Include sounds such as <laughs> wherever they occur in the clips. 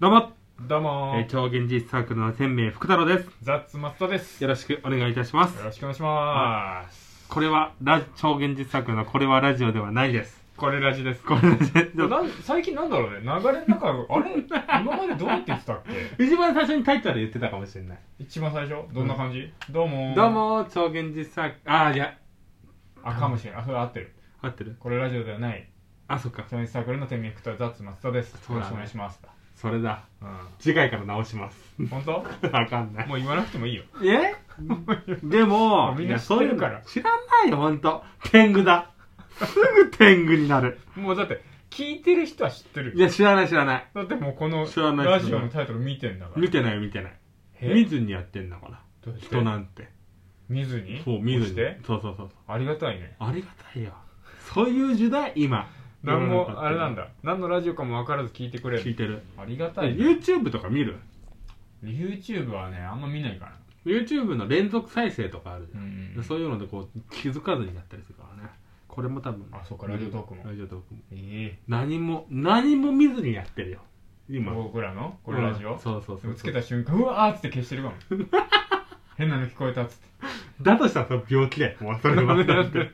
どうも、どうもえーー、超現実サークルの千名福太郎です。ザッツマスタです。よよろしくお願いいたします。ろしくお願いします。これはラ、超現実サークルのこれはラジオではないです。これラジです。これラジオなん最近なんだろうね、流れの中、あれ <laughs> 今までどうやって言ってたっけ一番最初にタイトルで言ってたかもしれない。一番最初どんな感じ、どうもーどう。も、超現実サークル、あー、いや、あ、かもしれない。あ、それ合ってる。合ってるこれラジオではない、あ、そっか。チャンスサークルの天秤クタザッツマスタです。そうよだろねしくお願いします。それだ。う次回から直します。 <laughs> ん。本当わかんない。もう言わなくてもいいよ。えで <laughs> も、みんな知ってるかいらやそういうの知らないよ、ほんと。天狗だ。すぐ天狗になる。もうだって、聞いてる人は知ってるい。や、知らない知らない。だってもうこの知らないラジオのタイトル見てんだから。見てない見てない。え見ずにやってんだから。どうして人なんて。見ずにそう、見ず押しにて。そうそうそう。ありがたいね。ありがたいよ。そういう時代、今。何世の中ってもあれなん。だ何のラジオかも分からず聞いてくれ聞るいてる。ありがたい、ね、 YouTube とか見る YouTube はねあんま見ないから ?YouTube の連続再生とかあるじゃん。んそういうのでこう気づかずにやったりするからね。これも多分。あそうかラジオトークもラジオトークも。え何も、何も見ずにやってるよ。え今。僕らのこれラジうオんそうそうでそもう。つけた瞬間うわーっつって消し <laughs> てるかも変なの聞こえたっつってだとしたらそれ病気だよ。もうそれは。 <laughs> なんでだって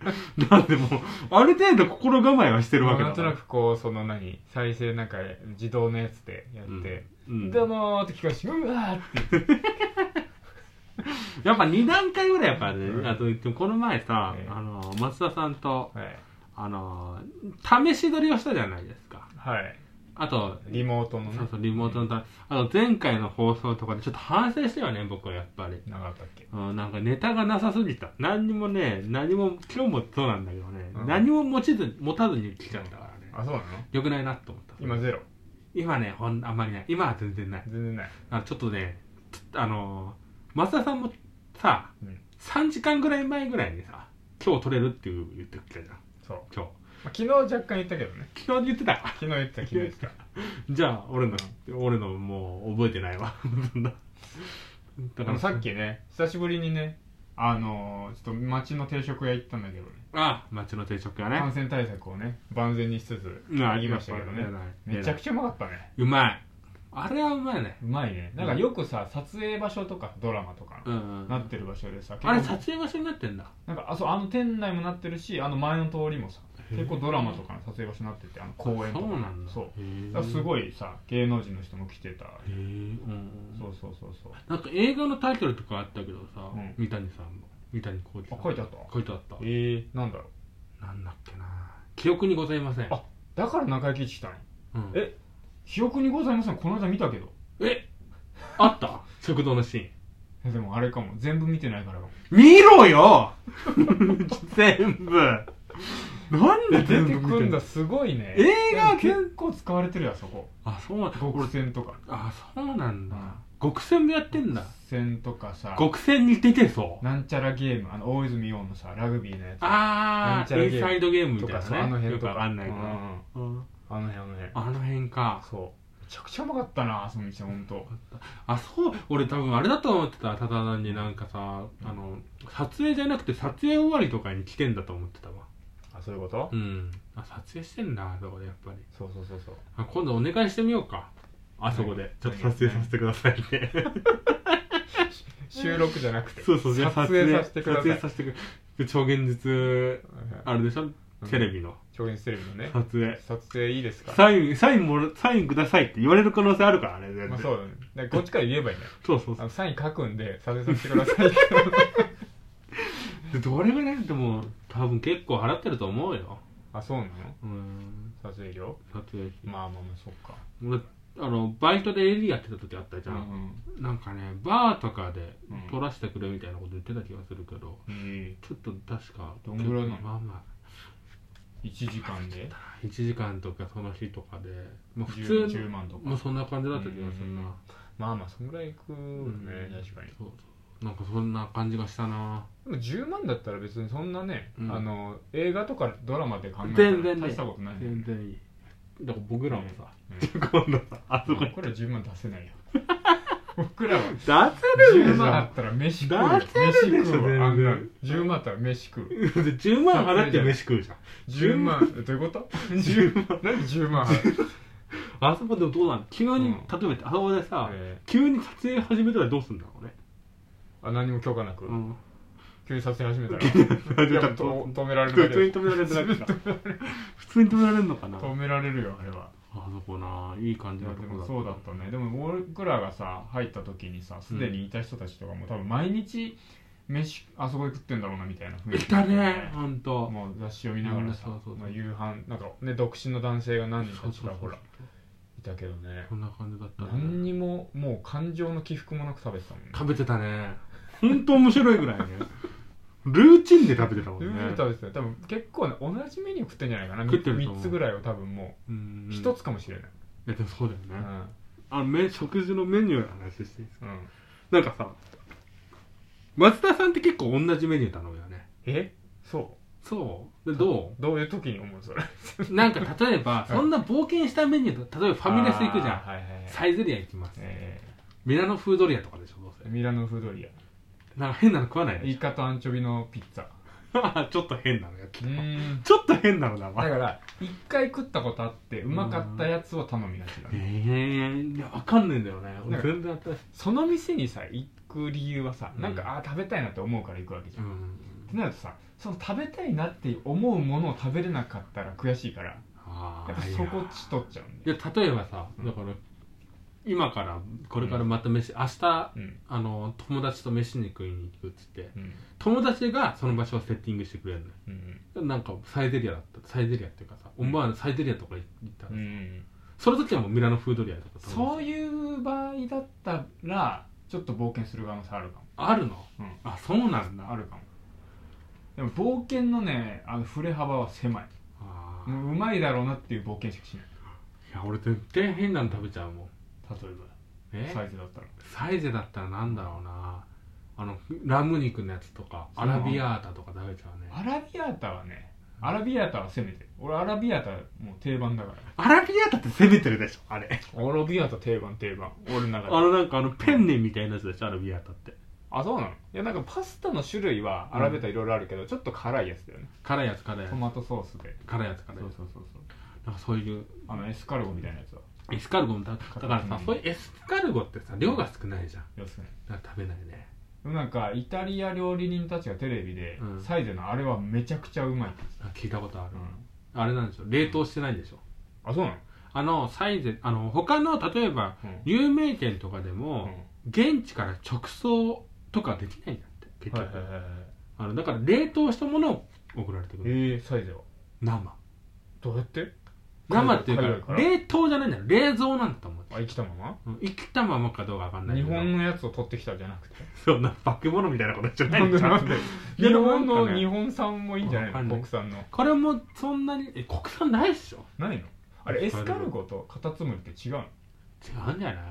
なんでもう、ある程度心構えはしてるわけなだんとかなら。くこうその何再生なんか自動のやつでやってうんうん「どうも」って聞こえしうわーってやっぱ2段階ぐらいやっぱね、うんあと、でもこの前さ、ええあの、松田さんと、はい、あのー試し撮りをしたじゃないですか。はい、あと、リモートのねそうそう、リモートのたあの、前回の放送とかでちょっと反省したよね、僕はやっぱり。なかったっけうん、なんかネタがなさすぎた。何にもね、何も、今日もそうなんだけどね、うん何も持ちず、持たずに来ちゃったからね。あそうなの良くないなと思った。今ゼロ今ね、ほん、あんまりない。今は全然ない。全然ない、あちょっとね、ちょっとあのー、松田さんもさ、うん、 3時間ぐらい前ぐらいにさ、今日撮れるっていう言ってきたじゃん。そう、今まあ、昨日若干言ったけどね日。昨日言ってた <laughs> か。昨日言ってた昨日言ってたじゃあ俺の、俺のもう覚えてないわ <laughs> そんなだあのさっきね久しぶりにねあのーちょっと町の定食屋行ったんだけどねあ町の定食屋感ね染対策をね万全にしつつうん行きましたけどねやっぱ偉いめちゃくちゃうまかったねうまいあれはうまいねうまいねなんかよくさ撮影場所とかドラマとかうのん、うん、なってる場所でさあれ結撮構影場所になってんだなんかあそうあの店内もなってるしあの前の通りもさへえ結構ドラマとかの撮影場所になっててあの公園とそかうなんだそうへだからすいごいさ芸能人の人も来てたへえ、うん、そうそうそうそうなんか映画のタイトルとかあったけどさ、うん三谷さんも三谷幸喜さんあ書いてあった書いてあったええなんだろうなんだっけな記憶にございませんあだから中井貴一来たんやうん、え記憶にございませんこの間見たけどえあった食堂のシーンえでもあれかも全部見てないからかも見ろ <laughs> よ全部なんで出て全部見くてんんだだすごいね映画でも結構使われてるやそこあ、そうなんだ。極俺、戦とかあ、そうなんだうん。極戦もやってんだ極。戦とかさ極戦に出てそう。なんちゃらゲームあの大泉洋のさラグビーのやつなあんちゃらー、ゲインームサイドゲームみとたいかなさね。あの辺よとくかわかんないけうど。んうんあの辺あの辺あの辺か。そうめちゃくちゃうまかったなその道本当あ、そう、俺多分あれだと思ってた。ただ単になんかさ、あの、撮影じゃなくて撮影終わりとかに来てんだと思ってたわ。あそういうことうん。あ、撮影してんだ、そこでやっぱり。そうそうそうそうあ今度お願いしてみようか。あそこで。ちょっと撮影させてくださいね。収録じゃなくて <laughs> そうそう、じゃあ撮影させてくだ撮さ影いさせてくで超現実、あれでしょうんテレビの共演テレビのね撮影。撮影いいですかサイン、サインもら、サインくださいって言われる可能性あるからね、全然。まあそうだねだからこっちから言えばいいんだよそうそうあそうのサイン書くんで撮影させてくださいってでどれぐらいでも、多分結構払ってると思うよ。あそうなのうん、撮影料撮影費。まあまあまあそっか俺、あの、バイトで AD やってた時あったじゃ。うんんなんかね、バーとかでうん撮らせてくれみたいなこと言ってた気がするけど、えちょっと確か、どんぐらいなのまあまえ1時間であ、1時間とかその日とかで、まあ普 10, 通10万とかもうそんな感じだった気がするな、まあまあそんぐらいいくよねうん確かにそうそうなんかそんな感じがしたなでも10万だったら別にそんなね、うんあの映画とかドラマで考えたら全然ね大したことない、全然いいだから僕らもさ、う今度さあそこに僕ら10万出 <laughs> せないよ僕らは出せるで10し万あょったら飯食うよ出せるで飯しょ食うわあんな全10万あったら飯食う <laughs> 10万払って飯食うじゃん <laughs> 10万えどういうこと10万なんで10万払うあそこでもどうなん急に、うん例えばあそこでさ、え急に撮影始めたらどうすんだろうねーあ何も許可なく、うん急に撮影始め <laughs> た急に撮ら影始めたらやっぱと止められ普るだけ通に <laughs> で止められるだけだ普通に止められるのかな止められるよあれはあそこないい感いじやのとでこもだそうだったねでも僕らがさ入った時にさすでにいた人たちとかも多分毎日飯あそこで食ってんだろうなみたいな雰囲い気たねほんともう雑誌読みながらさうんそうそうそうまあ夕飯なんかね独身の男性が何人そかうちそうらそほうらいたけどねこんな感じだったね何にももう感情の起伏もなく食べてたもんね食べてたねほんと面白いぐらいね <laughs> ルーチンで食べてたもルんねール食べてたよ多分結構ね同じメニュー食ってんじゃないかな食ってると思う3つぐらいを多分もうんう1つかもしれないいやでもそうだようね、んあのめ食事のメニューの話していいですかうんなんかさ松田さんって結構同じメニュー頼むよねえそそうでどううどういう時に思うそれなんか例えば、うんそんな冒険したメニューと、例えばファミレス行くじゃあん。ーはいはいはいサイゼリア行きます。えミラノフードリアとかでしょ、どうーせ。ミラノフードリなんか変なの食わない <laughs> アイでしカとアンチョビのピッツァょちょっと変なのやってうたんちょっと変なのだだかわ。ら一回食ったことあってうまかったやつを頼みがちだえねー、いや、わかんねえんだよね。俺なんか全然新しい。その店にさ行く理由はさうんなんかあー食べたいなって思うから行くわけじゃうんっん。てなるとさその食べたいなって思うものを食べれなかったら悔しいからあやっぱーそこち取っちゃうんいでや、例えばさ、うんだから、今から、これからまた飯、明日、うんあの、友達と飯に食いに行くっつって、うん友達がその場所をセッティングしてくれるのよ。うんなんかサイゼリアだったサイゼリアっていうかさ思わぬサイゼリアとか行ったらさ、うんその時はもうミラノフードリアとかそうういう場合だったらちょっと冒険する可能性あるかもあるの、うんあそうなんだあるかもでも冒険のねあの振れ幅は狭いあーもううまいだろうなっていう冒険しかしないいや俺絶対変なの食べちゃうもん例えばえサイズだったらサイゼだったらなんだろうなあのラム肉のやつとかアラビアータとか食べちゃうねアラビアータはねアラビアータは攻めてる俺アラビアータもう定番だからアラビアータって攻めてるでしょあれアラビアータ定番定番俺の <laughs> 中あであのなんかあのペンネみたいなやつでしょアラビアータってそうなのいやなんかパスタの種類はアラビアータいろいろあるけど、ちょっと辛いやつだよね辛いやつ辛いやトつマトソースで辛いやつ辛いそやうつそうそうそうなんかそういうあのエスカルゴみたいなやつはエスカルゴもだだからさ、うんそういうエスカルゴってさ量が少ないじゃん要するにだから食べないねでもなんかイタリア料理人たちがテレビで、うんサイゼのあれはめちゃくちゃうまいって言ってあ聞いたことあるた、、あれなんでしょ冷凍してないんでしょあそうなのあのサイゼあの他の例えばうん有名店とかでうんも、現地から直送とかできないんだって結はい局、はいはいはいあのだから冷凍したものを送られてくえるー、サイゼは生どうやって生っていうか海外冷凍じゃないんだよ冷蔵なんだと思うあ生きたまうん生きたままかどうかわかんなまい日けど本のやつを取ってきたじゃなくてそんな化け物みたいなことじゃないなんでちゃんとなんいでや <laughs> 日でも本なんかのね日本産もいいんじゃわなかいんないの国産のこれもそんなにえ国産ないっしょないのあれエエスカスルゴカルゴとカタツムリって違うの違うんじゃない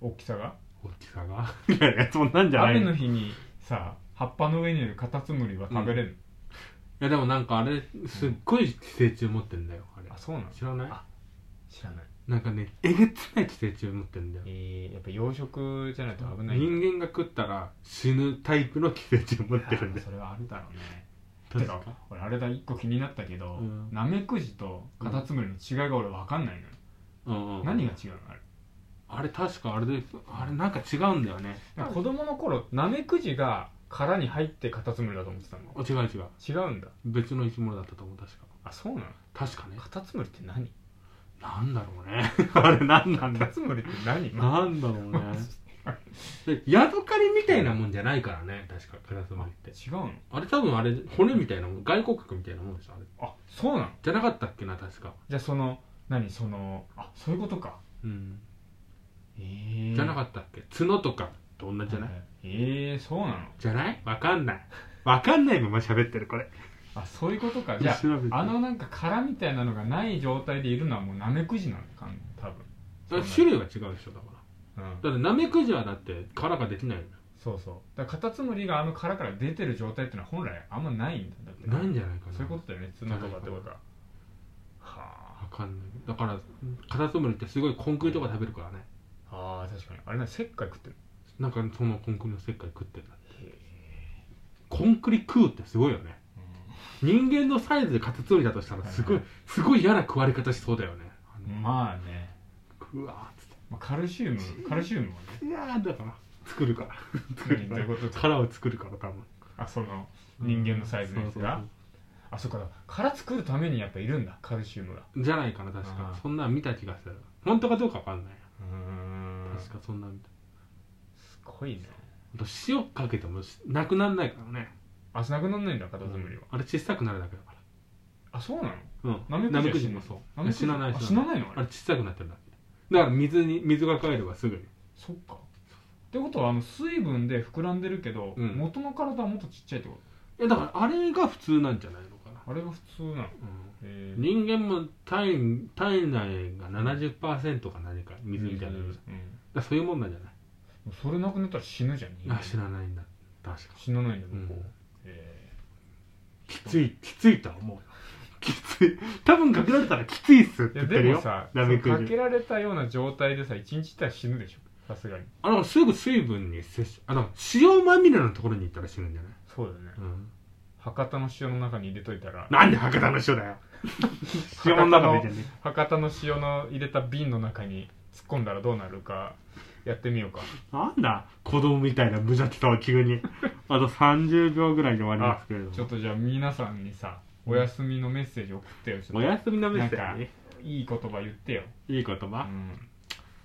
大きさが大きさがいやいやそんなんじゃない雨ののい日にさ葉っぱの上にいるカタツムリは食べれるやでもなんかあれすっごい寄生虫持ってんだよあれのあそうなの知らないあ知らないなんかねえげつない寄生虫持ってんだよえー、やっぱ養殖じゃないと危ない人間が食ったら死ぬタイプの寄生虫持ってるんだよそれはあるだろうねて確かか俺あれだ一個気になったけど、うんナメクジとカタツムリの違いが俺分かんないのよ、うんうん何が違うのあれあれ確かあれであれなんか違うんだよねなんか子供の頃ナメクジが殻に入ってカタツムリだと思ってたのお違う違う違うんだ別の生き物だったと思う確かあそうなの確かねカタツムリって何なんだろうね <laughs> あれなんなんカだタツムリって何なんだろ <laughs> うねでヤドカリみたいなもんじゃないからね確かカラスマリって違うのあれ多分あれ骨みたいなもん外骨格みたいなもんでしょあれあそうなのじゃなかったっけな確かじゃあその何そのあそういうことかうんええじゃなっかったっけ角とかと同じじゃない、ええそうなのじゃないわかんないわかんないまま喋ってるこれあそういうことかじゃあ調べてあのなんか殻みたいなのがない状態でいるのはもうナメクジなのか多分だから種類は違うでしょだうんからだってナメクジはだって殻ができないそうそうだからカタツムリがあの殻から出てる状態っていうのは本来あんまないんだだってないんじゃないかなそういうことだよね角とかってことははわかんないだからカタツムリってすごいコンクリとか食べるからねああー確かにあれな石灰食ってるなんかそのコンクリの石灰食ってるコンクリ食うってすごいよね人間のサイズでカタツムリだとしたらすごい、はいすごい嫌な食われ方しそうだよねあのまあねうわーっつってまあ、カルシウ <laughs> ムカルシウムはねいやーだから作るから作るからどういうこと殻を作るから多分あその人間のサイズのやつが、そうあそっか殻作るためにやっぱいるんだカルシウムがそうそうじゃないかな確あかーそんなん見た気がする本当かどうかわかんないうん確かそんなん見たすごいねあと塩かけてもしなくならないからねあなくなんないんだカタツムリは、あれ小さくなるだけだかあそうなのらうんナメクジナメクジもそうナメクジ死なないあ死なないのああれれ小さくなってるだけだから水に水が帰ればすぐにそっかってことはあの水分で膨らんでるけど、うん元の体はもっとちっちゃいってこえだからあれが普通なんじゃないのかな、とあれが普通なのうえん、人間も体体内が70%か何か水みたいなのうんだからそういうもんなんじゃないうんそれなくなったら死ぬじゃん人間あ知らないんだ確か死なないんだうん向こう、えきついきついとは思うよきつい多分かけられたらきついっすって言っーいてやるでよもさナメクかジけられたような状態でさ一日いたら死ぬでしょさすがにあのすぐ水分に接しあの塩まみれのところに行ったら死ぬんじゃない、そうだよねうん、博多の塩の中に入れといたらなんで博多の塩だ <laughs> よ塩の中でじゃね博多の塩の入れた瓶の中に突っ込んだらどうなるかやってみようかなんだ子供みたいな無邪気さを急に <laughs> あと30秒ぐらいで終わりますけれどちょっもとじゃあ皆さんにさお休みのメッセージ送ってよちょおっやすみのメッセなんーかといい言葉言ってよ、ジいい言う葉、ん、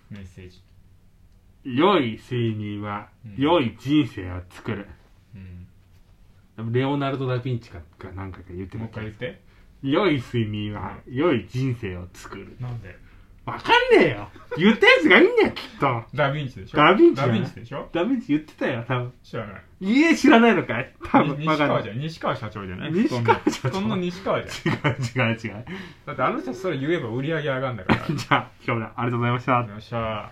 メッセージ、良い睡眠はうん良い人生を作る、うん、レオナルド・ダ・ヴィンチかかなんかが言ってもうま一す回言って良い睡眠は良い人生を作るなんでわかんねえよ言ったやつがいいんだよきっとダ・ヴィンチでしょダヴィンチダ・ヴィンチでしょダメージ言ってたよ多分知らないいいえ知らないのかい多に分西わかんな川いじゃん西川社長じゃない西川社長布団の西川じゃん違う違う違う <laughs> だってあの人それ言えば売り上げ上がるんだからじゃあ今日もありがとうございましたよっしゃー